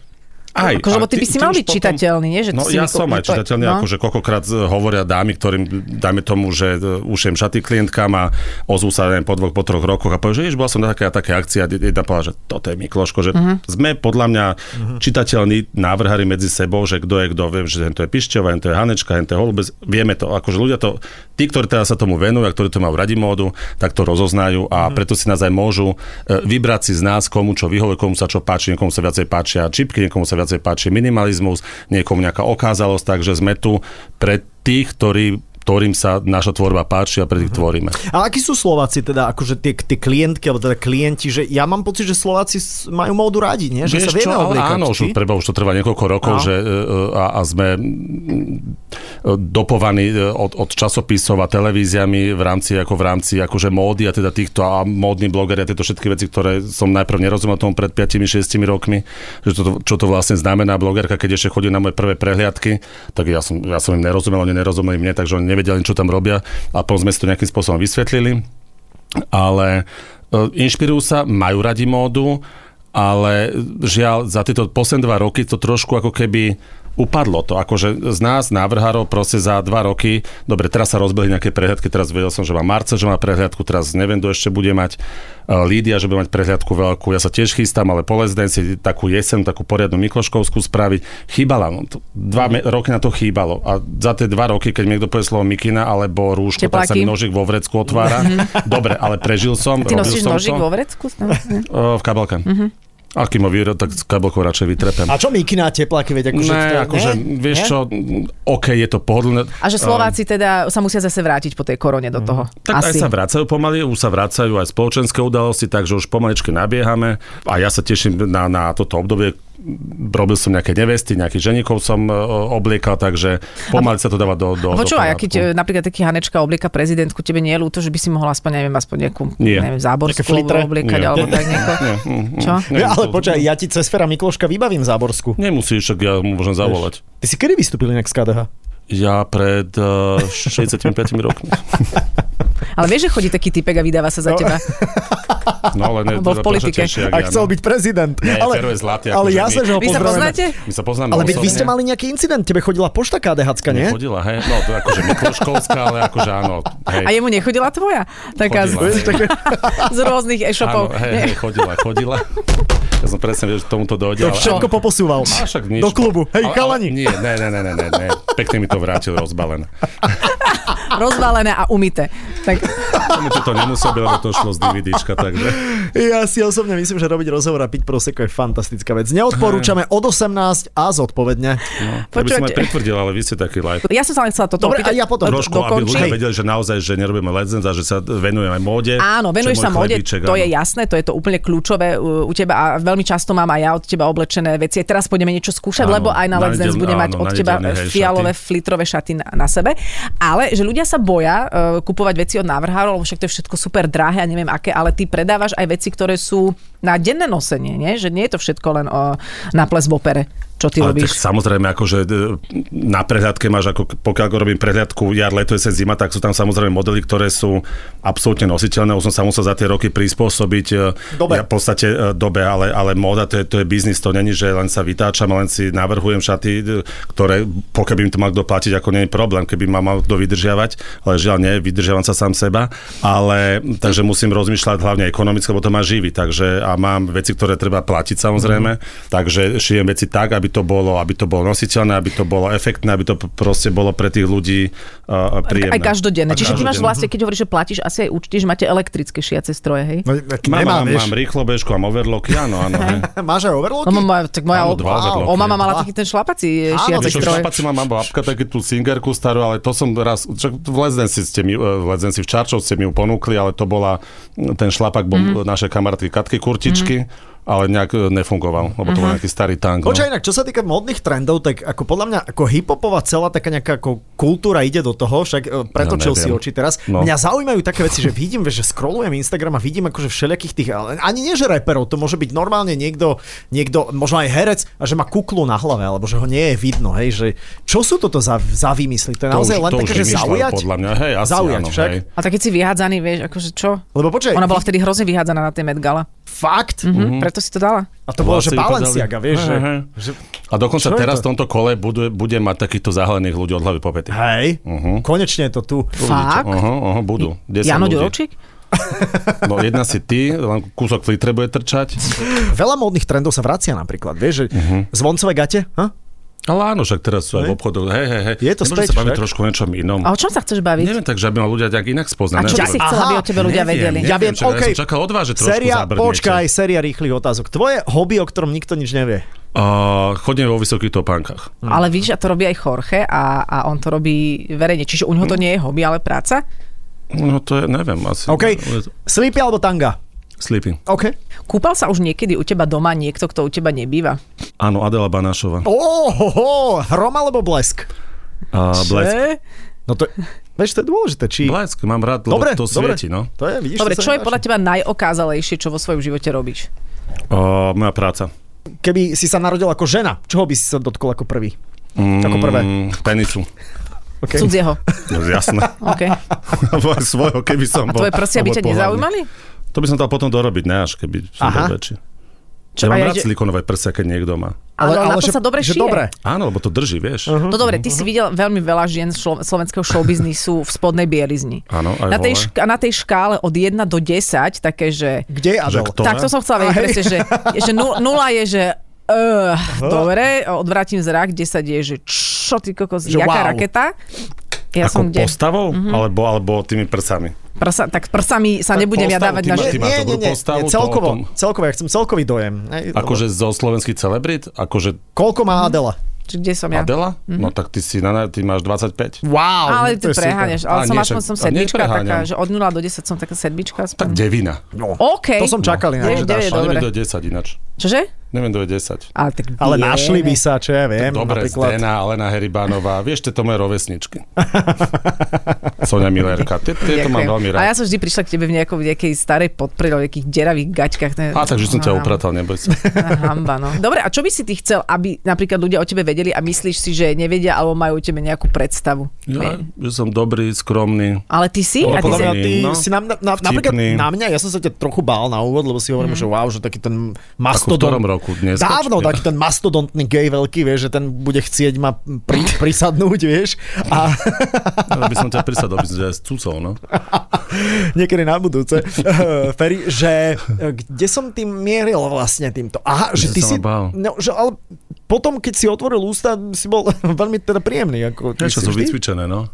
Aj, a Akože, lebo ty by si mal už byť čitateľný, nie? Že ty no si ja niekoho- som aj niekoho- čitateľný, no. no. akože koľkokrát eh, hovoria dámy, ktorým dajme tomu, že eh, ušiem šaty klientkám a ozú sa neviem, po dvoch, po troch rokoch a povie, že jež, bola som na také a také akcii a jedna povedala, že toto je Mikloško, že Mhm. uh-huh. sme podľa mňa uh-huh. čitateľní návrhári medzi sebou, že kto je kto, viem, že to je Pišťová, to je Hanečka, to je Holubec, vieme to, akože ľudia to, tí, ktorí teraz sa tomu venujú a ktorí to majú radi módu, tak to rozoznajú a preto si nás aj môžu e, vybrať si z nás, komu čo vyhovuje, komu sa čo páči, niekomu sa viacej páčia čipky, niekomu sa viacej páči minimalizmus, niekomu nejaká okázalosť, takže sme tu pre tých, ktorí ktorým sa naša tvorba páči a pre tých tvoríme. A akí sú Slováci teda, akože tie, tie klientky, alebo teda klienti, že ja mám pocit, že Slováci s- majú módu radi, nie? Že sa vieme ale obliekať. áno, už, či? No. preba, už to trvá niekoľko rokov Áno. že, e, e, a, a sme mm, e, dopovaní e, od, od časopisov a televíziami v rámci, ako v rámci akože módy a teda týchto a módni blogeri a tieto všetky veci, ktoré som najprv nerozumel tomu pred 5-6 rokmi, že to, čo to vlastne znamená blogerka, keď ešte chodí na moje prvé prehliadky, tak ja som, ja som im nerozumel, oni nerozumeli mne, takže oni nevedeli, čo tam robia a potom sme si to nejakým spôsobom vysvetlili ale e, inšpirujú sa, majú radi módu, ale žiaľ, za tieto posledné dva roky to trošku ako keby upadlo to. Akože z nás, návrhárov, proste za dva roky, dobre, teraz sa rozbehli nejaké prehľadky, teraz vedel som, že má Marce, že má prehľadku, teraz neviem, kto ešte bude mať. E, Lídia, že bude mať prehľadku veľkú. Ja sa tiež chystám, ale po Let's Dance takú jesen, takú poriadnu Mikloškovskú spraviť. Chýbala, no, to- dva me- roky na to chýbalo. A za tie dva roky, keď mi niekto povie slovo Mikina alebo Rúško, tak sa Tepláky. mi nožik vo vrecku otvára. Dobre, ale prežil som. Ty robil nosíš som nožík to. vo vrecku? No, ne. O, v kabelke. A kým ho vyro, tak s kabelkou radšej vytrepem. A čo Mikina a tepláky, veď akože... to- Ne, akože, vieš Ne? čo, OK, je to pohodlné. A že Slováci teda sa musia zase vrátiť po tej korone Mhm. do toho. Tak Asi. aj sa vracajú pomaly, už sa vracajú aj spoločenské udalosti, takže už pomaličky nabiehame a ja sa teším na, na toto obdobie. Robil som nejaké nevesty, nejakých ženíkov som e, obliekal, takže pomaly sa to dáva do, do, do Počúvaj, a poriadku. keď e, napríklad taký Hanečka oblieka prezidentku, tebe nie je ľúto, že by si mohla aspoň, neviem, aspoň nejakú, Nie. neviem, Také záborskú flitre? obliekať, Nie. alebo tak nieko. Čo? Ne, Ne, ale to- počkaj, ja ti cez Fera Mikloška vybavím Záborsku. Nemusíš, však ja mu môžem zavolať. Ty si kedy vystúpil inak z KDH? Ja pred uh, 65 rokmi. Ale vieš, že chodí taký typek a vydáva sa za No. teba. No ale ne, Bol v teda politike. prečo tešie, jak A ja, chcel no. byť prezident. Nie, ale, Fero je zlatý, ale akože ja my- sa, že ho Vy sa pozdravujeme. poznáte? My sa poznáme Ale veď vy ste osobne. mali nejaký incident, tebe chodila pošta KDHcka, nie? Chodila, hej, no to akože Mikloškovská, ale akože áno, hej. A jemu nechodila tvoja? Taká z, Chodila, hej. z rôznych Áno, e-shopov. hej, hej, chodila, chodila. Ja som presne vedel, že tomuto dojde. To všetko poposúval. A však nič. Do klubu. Hej, Ale- ale chalani. Nie, ne, ne, ne, ne, ne, ne. Pekne mi to vrátil rozbalené. Rozbalené a umité. Tak Tomu to nemusel byť, lebo to šlo z DVDčka, takže... Ja si osobne myslím, že robiť rozhovor a piť prosecco je fantastická vec. Neodporúčame od 18 a Ja zodpovedne. by som aj Počúvajte. pretvrdil, ale vy ste taký light. ja som sa len chcela toto Dobre, a opýtať. ja potom. Trošku, aby dokončí. ľudia Hej. vedeli, že naozaj, že nerobíme legend a že sa venujem aj móde. čo Áno, je venuješ môj sa mode, chlebíček, to je áno. jasné, to je to úplne kľúčové u, u teba a veľmi často mám aj ja od teba oblečené veci. A teraz pôjdeme niečo skúšať, Áno, lebo aj na na Let's Dance nedelnú- bude mať áno, od na teba nedelné, hej, fialové, šaty. flitrové šaty na, na sebe. Ale že ľudia sa boja uh, kupovať veci od návrhárov, lebo však to je všetko super drahé a neviem aké, ale ty predávaš aj veci, ktoré sú na denné nosenie, nie? že nie je to všetko len uh, na ples v opere, čo ty ale robíš. tak samozrejme, akože e, na prehľadke máš, ako pokiaľ robím prehľadku jar, leto, jesen, zima, tak sú tam samozrejme modely, ktoré sú absolútne nositeľné. Už som sa musel za tie roky prispôsobiť. e, Dobe. Ja v podstate e, dobe, ale, ale móda to je, to je biznis, to není, že len sa vytáčam, len si navrhujem šaty, e, ktoré, pokiaľ by mi to mal kto platiť, ako nie je problém, keby ma mal kto vydržiavať, ale žiaľ nie, vydržiavam sa sám seba, ale takže musím rozmýšľať hlavne ekonomicky, lebo to ma živí, takže a mám veci, ktoré treba platiť samozrejme, Mhm. takže šijem veci tak, aby to bolo, aby to bolo nositeľné, aby to bolo efektné, aby to p- proste bolo pre tých ľudí uh, príjemné. Aj každodenné. A Čiže ty máš každodenné. vlastne, keď hovoríš, že platíš asi aj účty, že máte elektrické šiace stroje, hej? No, tak Mám, nemám, mám, vieš. mám rýchlo bežku, mám overlocky, áno, áno. hej. Máš aj overlocky? Lebo No, moja, tak moja Áno, o- dva overlocky. o mama mala Dva. taký ten šlapací eh, Áno, šiaci Vieš Vieš, čo, stroj. šlapaci má mám babka, taký tú singerku starú, ale to som raz, čak v Lezenci ste mi, eh, v Lezenci v Čarčov ste mi ju ponúkli, ale to bola, mm, ten šlapak bol mm. naše kamarátky Katky Kurtičky, mm. ale nejak eh, nefungoval, lebo to bol nejaký starý tank. No. Počkaj, inak, čo sa týka modných trendov, tak ako podľa mňa, ako hiphopová celá taká nejaká ako kultúra ide do toho, však e, pretočil No, si neviem. oči teraz. No. No. Mňa zaujímajú také veci, že vidím, vieš, že scrollujem Instagram a vidím akože všelijakých tých, ale ani nie že reperov, to môže byť normálne niekto, niekto, možno aj herec, a že má kuklu na hlave, alebo že ho nie je vidno, hej, že čo sú toto za, za výmysly? To je To naozaj už- len to už také, že vymýšľajú zaujať? Podľa mňa, hej, asi zaujať áno, však. Hej. A tak keď si vyhádzaný, vieš, akože čo? Lebo počkaj, Ona bola vtedy hrozne vyhádzaná na tej Met Gala. fakt? Mhm. Preto si to dala. A to bolo, Vlasy že vypadali. Balenciaga, vieš, že, Aha. že A dokonca Čo je teraz to? v tomto kole budú, budem mať takýchto zahalených ľudí od hlavy po pety. hej, Mhm. konečne je to tu. Fakt? Aha, aha, budú. 10 Jano ľudí. Ďuročík? No jedna si ty, len kúsok flitre bude trčať. Veľa módnych trendov sa vracia napríklad, vieš, že Mhm. zvoncové gate, ha? Ale áno, však teraz sú aj v obchodoch. Hej, hej, hej. Je to Nemôžeme späť sa baviť však. trošku o niečom inom. A o čom sa chceš baviť? Neviem, takže aby ma ľudia tak inak A spoznali. čo by Neviem. si chcela, aby Aha, o tebe ľudia Neviem, vedeli? neviem, Ja viem, čo, ja okej. som čakal od vás, že trošku Séria, zabrnete. počkaj, séria rýchlych otázok. Tvoje hobby, o ktorom nikto nič nevie. Uh, chodím vo vysokých topánkach. Ale víš, a to robí aj Jorge a, a on to robí verejne. Čiže u neho to nie je hobby, ale práca. No to je, neviem, asi. OK. Sleepy alebo tanga? Sleepy. OK. Kúpal sa už niekedy u teba doma niekto, kto u teba nebýva? Áno, Adela Banášová. Ohoho, hrom alebo blesk? Uh, blesk. Že? No to, vieš, to je dôležité, či... Blesk, mám rád, lebo Dobre, to dobre. svieti, no. To je, vidíš, to Dobre, sa čo je mi podľa páči. teba najokázalejšie, čo vo svojom živote robíš? Uh, moja práca. Keby si sa narodil ako žena, čoho by si sa dotkol ako prvý? Ako prvé. Mm, Penisu. OK. Cudzieho. No, jasné. Okay. Alebo aj svojho, keby som A bol. tvoje prsia alebo by ťa pohlavný. nezaujímali? To by som dal potom dorobiť, ne až, keby som Aha. bol väčší. Ja a mám ja rád ide- silikonové prsia, keď niekto má. Ale, ale, ale na to sa dobre že šije. dobre. Áno, lebo to drží, vieš. Uh-huh. No dobre, ty si videl veľmi veľa žien z šlo- slovenského showbiznisu v spodnej bielizni. Áno, aj na tej, hole. šk- na tej škále od 1 do 10, také, že... Kde je Adel? kto? Tak to som chcela vedieť, Aj. presne, že, že nu- nula je, že Uh, dobre, odvrátim zrak, 10 je, že čo ty kokos, Že wow. jaká raketa. Ja Ako som kde? Mhm. postavou, uh-huh. alebo, alebo tými prsami. Prsa, tak prsami sa Tak nebudem ja postavu, dávať ty na... máš- že- ty máš- dobrú postavu, to celkovo, o tom. celkovo, ja chcem celkový dojem. Hej, Akože zo slovenských celebrit, akože dobre. Koľko má Adela? že Kde som ja? Mhm. Adela, no tak ty si na, ty máš 25. Wow, Ale to je ty super. preháňaš, A ale som nie, aspoň však- som a sedmička nepreháňam. taká, že od 0 do 10 som taká sedmička. Aspoň. Tak devina. Akože No. OK. To som čakal inak, Vieš, že kde dáš. je Ale dobre. neviem, kto je 10 ináč. Čože? Neviem, kto je 10. Ale, tak Ale vieme. našli by sa, čo ja viem, Dobre, napríklad. Zdena, Alena Heribánová, vieš, tieto moje rovesničky. Sonia Millerka, tie- tieto mám Ďakujem. veľmi A ja rád. som vždy prišla k tebe v nejakom, nejakej starej podprede, v nejakých deravých gaťkách. Ne? A takže som ťa Aha. upratal, neboj sa. Tá Hamba, no. Dobre, a čo by si ty chcel, aby napríklad ľudia o tebe vedeli a myslíš si, že nevedia alebo majú o tebe nejakú predstavu? Ja, Nie. že som dobrý, skromný. Ale ty si? Bolo A ty Podľa si... mňa Vtipný, ty no. si na, mňa- na, napríklad Vtipný. na mňa, ja som sa ťa trochu bál na úvod, lebo si hovorím, že wow, že taký Ako ten v mastodont. ktorom roku dnes? Dávno taký ten mastodontný gej veľký, vieš, že ten bude chcieť ma pri, prisadnúť, vieš. A Ja by som ťa prisadol, by som ťa aj cucol, no. niekedy na budúce. Eh, Feri, že eh, kde som tým mieril vlastne týmto? Aha, že Že ty sa si... ma bál. No, že, ale potom, keď si otvoril ústa, si bol veľmi teda príjemný. Ako, ty Niečo si sú vždy? vycvičené, no.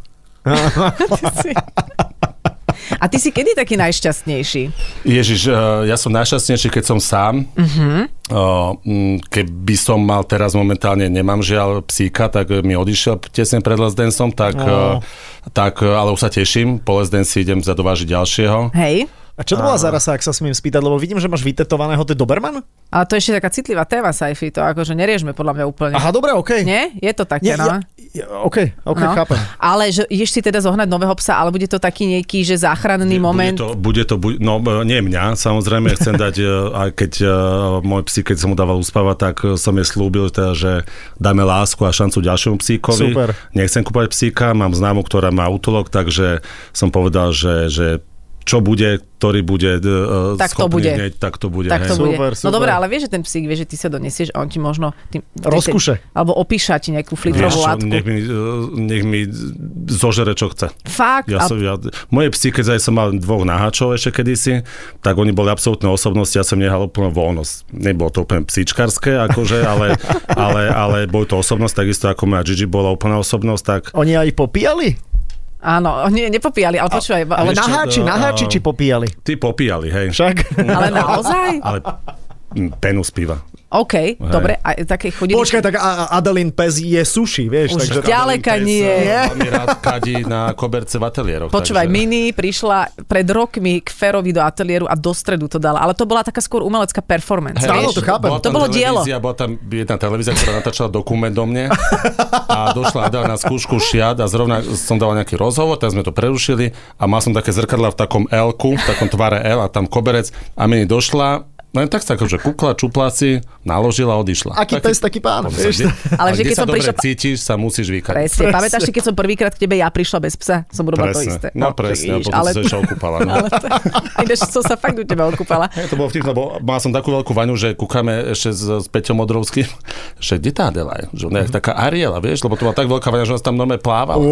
A ty si kedy taký najšťastnejší? Ježiš, eh, ja som najšťastnejší, keď som sám. Uh-huh. Keby som mal teraz momentálne, nemám žiaľ psíka, tak eh, mi odišiel tesne pred Les Danceom, tak, oh. Oh. tak, eh, ale už sa teším. Po Les Dance si idem zadovážiť ďalšieho. Hej? A čo to bola za rasa, ak sa smiem spýtať, lebo vidím, že máš vytetovaného, to je Doberman? Ale to je ešte taká citlivá téma, Saifi, to akože neriežme podľa mňa úplne. Aha, dobre, okej. Nie? Je to také, Nie, no? ja, ja, OK, OK, no. chápem. Ale že ideš si teda zohnať nového psa, ale bude to taký nejaký, že záchranný Bude to, moment. bude to bu- no e, nie mňa, samozrejme, chcem dať, e, a keď e, môj psík, keď som mu dával uspávať, tak e, som jej slúbil, teda, že dáme lásku a šancu ďalšiemu psíkovi. Super. Nechcem kúpať psíka, mám známu, ktorá má útulok, takže som povedal, že, že čo bude, ktorý bude e, e, Tak to schopný bude. Hneď, tak to bude. Tak to hej. bude. Super, No super. dobré, ale vieš, že ten psík vie, že ty sa donesieš a on ti možno... Tým, Rozkuše. alebo opíša ti nejakú Vieš flitrovú čo, látku. nech, mi, e, nech mi zožere, čo chce. Fakt. Ja a som, ja, moje psy, keď aj som mal dvoch naháčov ešte kedysi, tak oni boli absolútne osobnosti, ja som nehal úplnú voľnosť. Nebolo to úplne psíčkarské, akože, ale, ale, ale boli to osobnosť, takisto ako moja Gigi bola úplná osobnosť, tak Oni aj popíjali? Áno, nie, nepopíjali, ale počúvaj, ale, vieš na, čo? Naháči, to- naháči a- či popíjali? ty popíjali, hej. Však. ale naozaj? Ale mm, penu z piva. OK, dobre, a také chodili... Počkaj, tak a- a- Adeline Pez je sushi, vieš, Už takže... ďal- Ďaleka nie. Veľmi rád kadí na koberce v ateliéroch. takže- Počúvaj, Mini prišla pred rokmi k Ferovi do ateliéru a do stredu to dala, ale to bola taká skôr umelecká performance. Hej. Áno, vieš? to chápem. Bola To tam bolo dielo. televízia, Bola tam jedna televízia, ktorá natáčala dokument do mne a došla a dala na skúšku šiat a zrovna som dal nejaký rozhovor, tak sme to prerušili a mal som také zrkadla v takom l v takom tvare L a tam koberec a mi došla No tak sa akože kukla, čupla si, naložila a odišla. Aký pes, taký pán, Potom sa vieš. kde- Ale a vždy, kde sa keď som dobre prišla- cítiš, sa musíš vykať. Presne, pamätáš si, keď som prvýkrát k tebe ja prišla bez psa, som robila to isté. No, presne, a vidíš, potom ale... si sa ešte okúpala. No. ale to, ináč som sa fakt u teba okúpala. Ja, to bolo vtipné, lebo mal som takú veľkú vaňu, že kúkame ešte s, s Peťom Modrovským, že kde tá Adela je? Že ona Mhm. je taká Ariela, vieš, lebo to bola tak veľká vaňa, že nás tam normálne plávala. A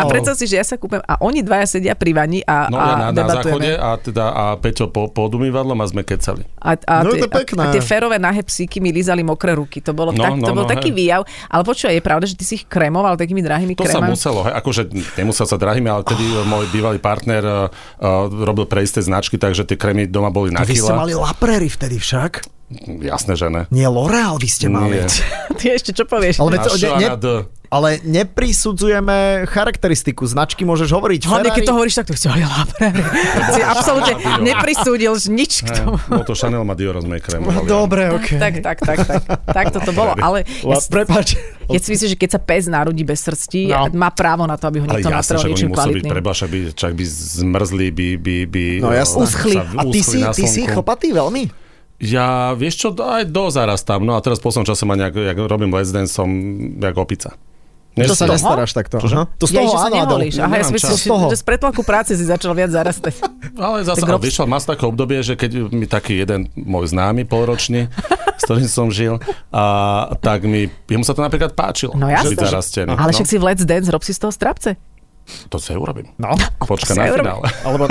Wow. predstav si, že ja sa kúpem a oni dvaja sedia pri vani a, No a ja na, na záchode debatujeme. a, teda, a Peťo po, pod umývadlom a sme kecali. A, a, No, to tie, je pekné. a, a tie ferové nahé psíky mi lízali mokré ruky. To, bolo No, no, tak, to no, bol no, taký hej. výjav. Ale počúvaj, je pravda, že ty si ich kremoval takými drahými To sa krémami? muselo, hej, akože nemusel sa drahými, ale tedy oh. môj bývalý partner uh, uh, robil pre isté značky, takže tie krémy doma boli na Vy ste kila. mali Laprery vtedy však? Jasné, že ne. Nie, L'Oreal vy ste mali. Nie. Ty ešte čo povieš? Ale, Ale... veď to, Na šo a ne, eh, ne, na D. ale neprisudzujeme charakteristiku. Značky môžeš hovoriť. Hlavne, keď to Ferrari- hovoríš, tak to chci hovoril Si absolútne neprisúdil nič k tomu. Bolo to Chanel ma Dior sme krémovali. Dobre, ok. Tak, tak, tak, tak. Tak toto bolo. Ale ja La, si, prepáč. ja si myslím, že keď sa pes narodí bez srsti, No. no. má právo na to, aby ho Ale niekto jasne, natrel že oni niečím museli byť kvalitným. prebaša, by, čak by zmrzli, by, by, by No eh, jasné. Uschli. sa A ty si, uschli na ty si slnku. chlpatý veľmi? Ja, vieš čo, aj dozaraz tam. No a teraz v poslednom čase ma nejak, jak robím Let's Dance, som jak opica. To Nestaráš. sa nestaráš takto. Čože? aha. To z Ja, toho že sa áno, Adel. neholíš. Aha, ja nemám som čas. si Z toho. že z pretlaku práce si začal viac zarastať. Ale zase, Tak ale rob- vieš, ale mám také obdobie, že keď mi taký jeden môj známy polročný, s ktorým som žil, a, tak mi, jemu sa to napríklad páčilo. No že byť jasné. že- zarastený. Ale no, však si v Let's Dance rob si z toho strapce. To sa aj urobím. No. Počka si na aj urobím. finále. Alebo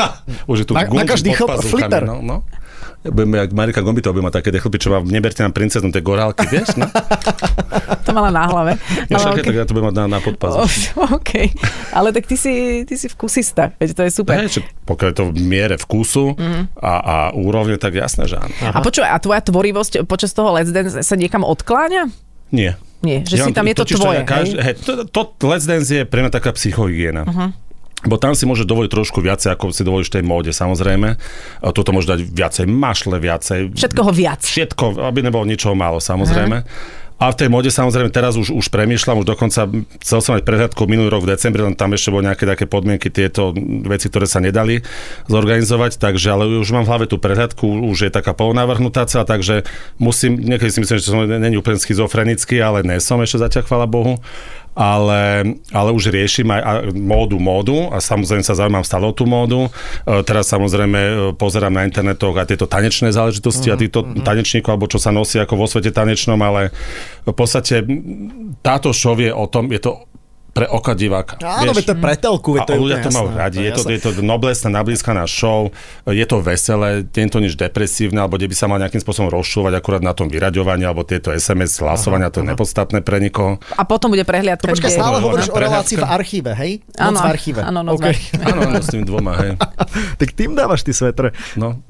Už je tu Na- na guľky každý pod chlp pazúchami, flitter. No, no. Ja budem jak Marika Gombitová, budem mať také tie chlpy, čo má v Neberte nám princeznu, tie gorálky, vieš? No? To mala na hlave. Ja Ale však okay. okej. tak ja to budem mať na, na Oh, podpazu. OK. Ale tak ty si, ty si vkusista, veď to je super. Hej, čo, pokiaľ je to v miere vkusu Mhm. mm. a, a úrovne, tak jasné, že áno. A počúvaj, a tvoja tvorivosť počas toho Let's Dance sa niekam odkláňa? Nie. Nie, že mám- si tam je to totiž tvoje, ja každý- hej, to, to, Let's Dance je pre mňa taká psychohygiena. Mhm. Uh-huh. Bo tam si môže dovoliť trošku viacej, ako si dovolíš v tej móde, samozrejme. A toto môže dať viacej mašle, viacej... Všetkoho viac. Všetko, aby nebolo ničoho málo, samozrejme. A v tej mode samozrejme teraz už, už premýšľam, už dokonca chcel som mať prehľadku minulý rok v decembri, len tam ešte boli nejaké také podmienky, tieto veci, ktoré sa nedali zorganizovať, takže ale už mám v hlave tú prehľadku, už je taká polnavrhnutá celá, takže musím, niekedy si myslím, že som není úplne schizofrenický, ale ne som ešte zatiaľ, chvála Bohu, ale, ale už riešim aj a, módu, módu a samozrejme sa zaujímam stále o tú módu. E, teraz samozrejme e, pozerám na internetoch aj tieto tanečné záležitosti Mhm, a týchto tanečníkov, alebo čo sa nosí ako vo svete tanečnom, ale v podstate m, táto show je o tom, je to pre oka diváka. Áno, Vieš? veď to je pretelku, veď A to je ľudia úplne to majú jasné, radi, to je je to, jasné. je to noblesná, nablízkaná show, je to veselé, nie je to nič depresívne, alebo kde by sa mal nejakým spôsobom rozšúvať akurát na tom vyraďovaní, alebo tieto SMS hlasovania, to je nepodstatné pre nikoho. A potom bude prehliadka. To počkaj, kde- stále Dobre, hovoríš na o relácii v prehľadke. archíve, hej? Áno, Noc v archíve. áno, no noc v OK. archíve. Áno, áno, s tým dvoma, hej. tak tým dávaš ty svetre. No.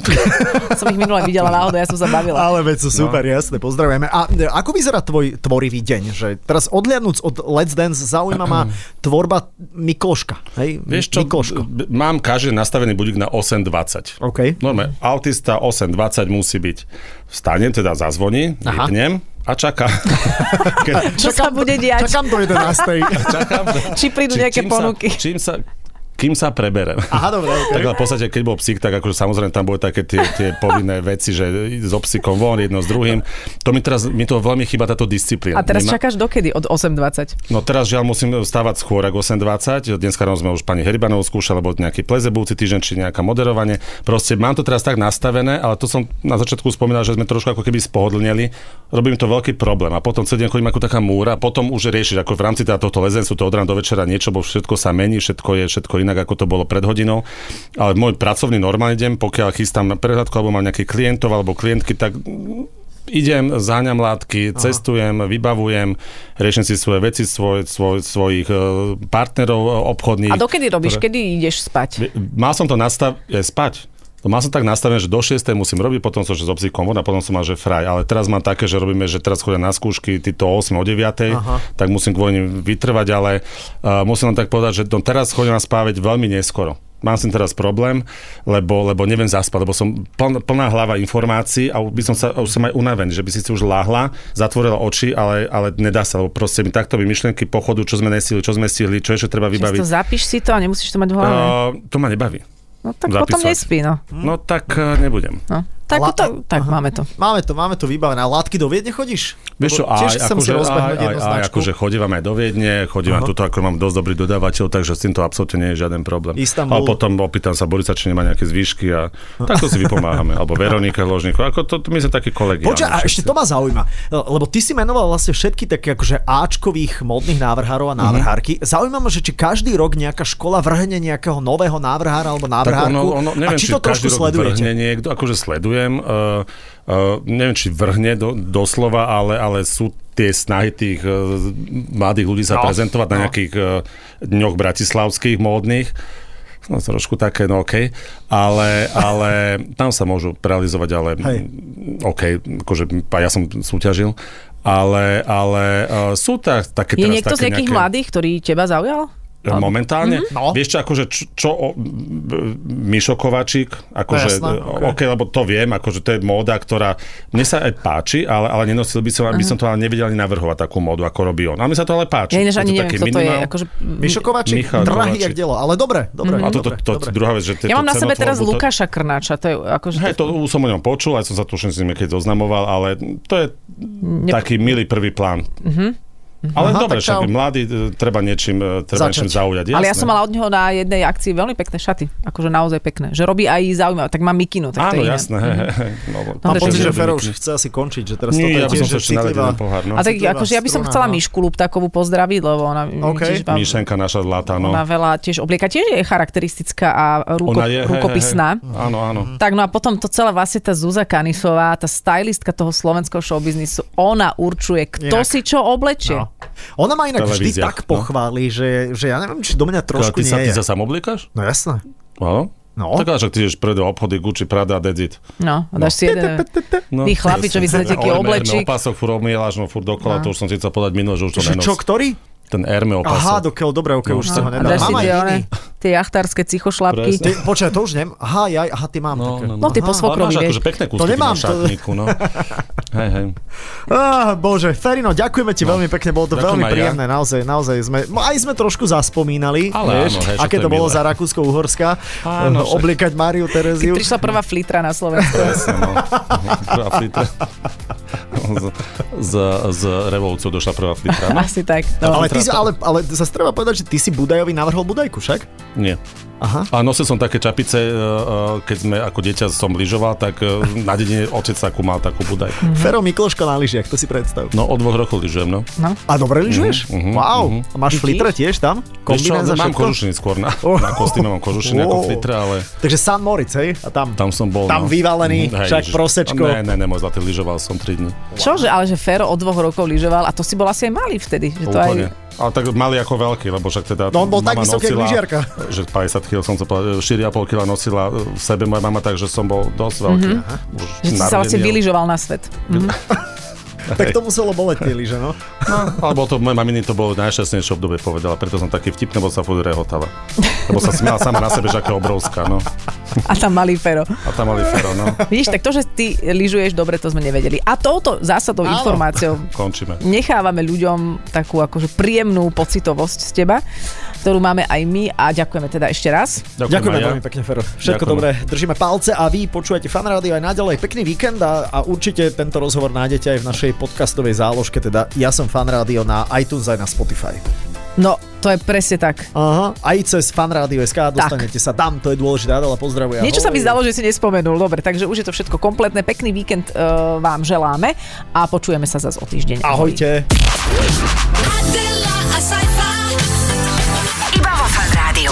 Som ich minule videla náhodou, ja som sa bavila. Ale veď sú super, no. jasne, pozdravujeme. A e, ako vyzerá tvoj tvorivý deň? Že teraz odliadnúc od Let's Dance zaujíma ma tvorba Mikloška. Hej? Vieš čo, Mikloško. b- mám každý nastavený budík na 8.20. OK. Normálne, autista 8.20 musí byť. Vstanem, teda zazvoní, Aha. vypnem a čaká. Ke- Čo sa bude diať? Čakám do 11. čakám, Či prídu nejaké čím ponuky. Sa, čím sa, kým sa preberem. Aha, dobre, Tak okay. ale v podstate, keď bol psík, tak akože samozrejme tam boli také tie, tie povinné veci, že so psíkom von, jedno s druhým. To mi teraz, mi to veľmi chýba táto disciplína. A teraz Nemá- čakáš dokedy? Od 8.20. No teraz žiaľ musím stávať skôr ako 8.20. Dneska ráno sme už pani Heribanovú skúšali, alebo nejaký plezebúci týždeň, či nejaká moderovanie. Proste mám to teraz tak nastavené, ale to som na začiatku spomínal, že sme trošku ako keby spohodlneli. Robím to veľký problém a potom celý deň chodím ako taká múra, potom už riešiš ako v rámci teda tohto lezencu, to od rána do večera niečo, bo všetko sa mení, všetko je všetko inak, ako to bolo pred hodinou. Ale môj pracovný normálny deň, pokiaľ chystám na prehľadku, alebo mám nejakých klientov alebo klientky, tak idem, zháňam látky, Aha. cestujem, vybavujem, riešim si svoje veci, svoj, svoj, svojich e, partnerov e, obchodných. A dokedy robíš? Dobre. Kedy ideš spať? Mal som to nastav... e, spať. To mal som tak nastavené, že do 6. musím robiť, potom som že s obsíkom von a potom som mal, že fraj. Ale teraz mám také, že robíme, že teraz chodia na skúšky títo 8 o 9. Aha. tak musím kvôli nim vytrvať, ale uh, musím vám tak povedať, že no, teraz chodím na spávať veľmi neskoro. Mám s tým teraz problém, lebo, lebo neviem zaspať, lebo som pln, plná hlava informácií a už by som sa, už som aj unavený, že by si si už láhla, zatvorila oči, ale, ale nedá sa, lebo proste mi takto by myšlienky pochodu, čo sme nesili, čo sme stihli, čo ešte treba Že si vybaviť. to zapíš si to a nemusíš to mať v hlave. Uh, to ma nebaví. No tak potom zapisovať. nespí, no. No tak eh, nebudem. no. Tak, La- to, tak máme to. Máme to, máme to vybavené. A látky do Viedne chodíš? Vieš čo, Lebo aj, tiež chcem si akože, aj, rozbehnúť aj, jednu aj, značku. akože chodívam aj do Viedne, chodívam tuto, ako mám dosť dobrý dodávateľ, takže s týmto absolútne nie je žiaden problém. Istanbul. A potom opýtam sa Borisa, či nemá nejaké zvyšky a takto si vypomáhame. Alebo Veronike Hložníko, ako to, to my sme takí kolegia. Počkaj, a ešte to ma zaujíma, No, lebo ty si menoval vlastne všetky také akože Ačkových modných Mhm. návrhárov a návrhárky. Mm-hmm. Zaujíma ma, že či každý rok nejaká škola vrhne nejakého nového návrhára alebo Tak návrhárku ono, ono, neviem, a či to každý trošku rok sledujete. Vrhne niekto, akože sledujem, uh, uh, neviem, či vrhne do, doslova, ale, ale sú tie snahy tých uh, mladých ľudí sa No, no, prezentovať no. na nejakých uh, dňoch bratislavských, módnych. No trošku také, no okej. Ale, ale tam sa môžu realizovať, ale Hej. OK, akože a ja som súťažil, ale, ale uh, sú tak, také Je teraz niekto z také nejakých nejaké... mladých, ktorý teba zaujal? Momentálne? Mhm. Mm-hmm. No. Vieš čo, akože čo, čo o, m, Mišo Kovačík, akože, No, Jasné, okay. OK, lebo to viem, akože to je móda, ktorá, mne sa aj páči, ale, ale nenosil by som, aby som to ale nevedel ani navrhovať takú módu, ako robí on. A mne sa to ale páči. Mhm. Ja ináč Je ani to neviem, taký kto to je. minimál. Akože, Mišo Kovačík, Michal drahý Kovačík. jak dielo, ale dobre, dobre. A to, to, dobre, to, dobre. to druhá vec, že ja mám na sebe cenotvorbu, teraz to- Lukáša Krnáča, to je akože... Hej, to už som o ňom počul, Mhm. aj som sa tuším, s ním keď zoznamoval, ale to je taký milý prvý plán. Ale Aha, dobre, tak však čau. mladý, e, treba niečím, e, treba Začať. niečím zaujať. Jasné. Ale ja som mala od neho na jednej akcii veľmi pekné šaty. Akože naozaj pekné. Že robí aj zaujímavé. Tak má mikinu. Tak to Áno, je iné. jasné. Hej, hej. No, Mám čo Dobre, pocit, pocit, že že robí Fero Miky? už chce asi končiť, že teraz Nie, toto je ja by som sa tiež ešte naledil citlivá... na pohár. No. A tak Citlivá akože ja by som struna, chcela no. Mišku Luptákovú pozdraviť, lebo ona OK. tiež vám- Míšenka naša zlatá, no. ona veľa tiež oblieka. Tiež je charakteristická a ruko, Ona je, hej, hej, rukopisná. hej. Áno, áno. Mhm. Tak no a potom to celé vlastne tá Zuzá Kanisová, tá stylistka toho slovenského showbiznisu, ona určuje, kto Inak. si čo oblečie. No. Ona ma inak vždy Televízia, tak no. pochváli, že, že ja neviem, či do mňa trošku ty, sa, ty nie je. sa sám oblíkaš? No jasné. Áno. No. Tak ale však ty ideš pred obchody Gucci, Prada, Dedit. No, a dáš si jeden... No, Vy chlapi, čo vy sa taký oblečík. opasok furt omielaš, no furt dokola, to už som ti chcel povedať minule, že už to Že nenos. čo, ktorý? Ten Erme Aha, opasok. dokiaľ, dobre, okay, No. už sa ho A nedá. dáš si Mám aj tie, iný. one, tie jachtárske cichošlapky. Presne. Ty, počkaj, to už nem. Aha, ja, aha, ty mám také. No, ty Ale po svokrovi, máš vieš. akože pekné kúsky ty nemám, na to- šatníku, no. hej, hej. Á, Ah, bože, Ferino, ďakujeme ti veľmi pekne, bolo No, to Ďakujem veľmi aj ja. príjemné, naozaj, naozaj sme, no, aj sme trošku zaspomínali, Ale vieš, áno, hej, čo aké to je to bolo milé. za Rakúsko-Uhorska, Áno, však. obliekať Máriu Tereziu. Prišla prvá flitra na Slovensku. Presne, no. Prvá flitra. Z, z, z revolúciou došla prvá flitra. No, Asi tak. No. Ale, ty, si- ale, ale zase treba povedať, že ty si Budajovi navrhol Budajku, však? nie. Aha. A nosil som také čapice, e, e, keď sme ako dieťa som lyžoval, tak e, na dedine otec takú mal takú budajku. Fero Mikloško na lyžiach, to si predstav. No od dvoch rokov lyžujem, no. A dobre lyžuješ? Mhm, mhm, wow, mhm. a máš Vidíš? flitre tiež tam? Vieš čo, Kombinéza mám všetko? Oh. kožušiny skôr, na, na kostýme mám kožušiny ako Wow. flitre, ale Takže San Moritz, hej? A tam. tam som bol. Tam no. vyvalený, Mhm, hej, však Ježiš. prosečko. Ne, ne, ne, môj zlatý, lyžoval som 3 dní. Čože, ale že Fero od dvoch rokov lyžoval a to si bol asi aj malý vtedy. Že to aj... Úplne. Ale tak malý ako veľký, lebo však teda... No on bol tak mama vysoký nosila, ako lyžiarka. Že 50 kg som sa povedal, 4,5 kg nosila v sebe moja mama, takže som bol dosť veľký. Mm-hmm. Už Že si sa vlastne narodený. vylyžoval na svet. Mhm. Tak to muselo boleť tie lyže, no. No, ale bolo to, moje maminy to bolo najšťastnejšie obdobie, povedala, preto som taký vtipný, lebo sa furt rehotala. Lebo sa smiala sama na sebe, že aká obrovská, no. A tam malý Fero. A tam mali fero, no. Vidíš, tak to, že ty lyžuješ dobre, to sme nevedeli. A touto zásadnou Áno. informáciou Končíme. nechávame ľuďom takú akože príjemnú pocitovosť z teba, ktorú máme aj my a ďakujeme teda ešte raz. Ďakujeme aj ja. veľmi pekne, Fero. Všetko Ďakujeme. dobré. Držíme palce a vy počúvate Fan Rádio aj naďalej. Pekný víkend a, a určite tento rozhovor nájdete aj v našej podcastovej záložke, teda Ja som Fan Rádio na iTunes aj na Spotify. No, to je presne tak. Aha, aj cez fanradio.sk dostanete sa tam, to je dôležité. Adela, pozdravuje. Niečo sa mi Ahoj. zdalo, že si nespomenul. Dobre, takže už je to všetko kompletné. Pekný víkend uh, vám želáme a počujeme sa zase o týždeň. Ahojte. Adela, a Iba vo Fan Rádiu.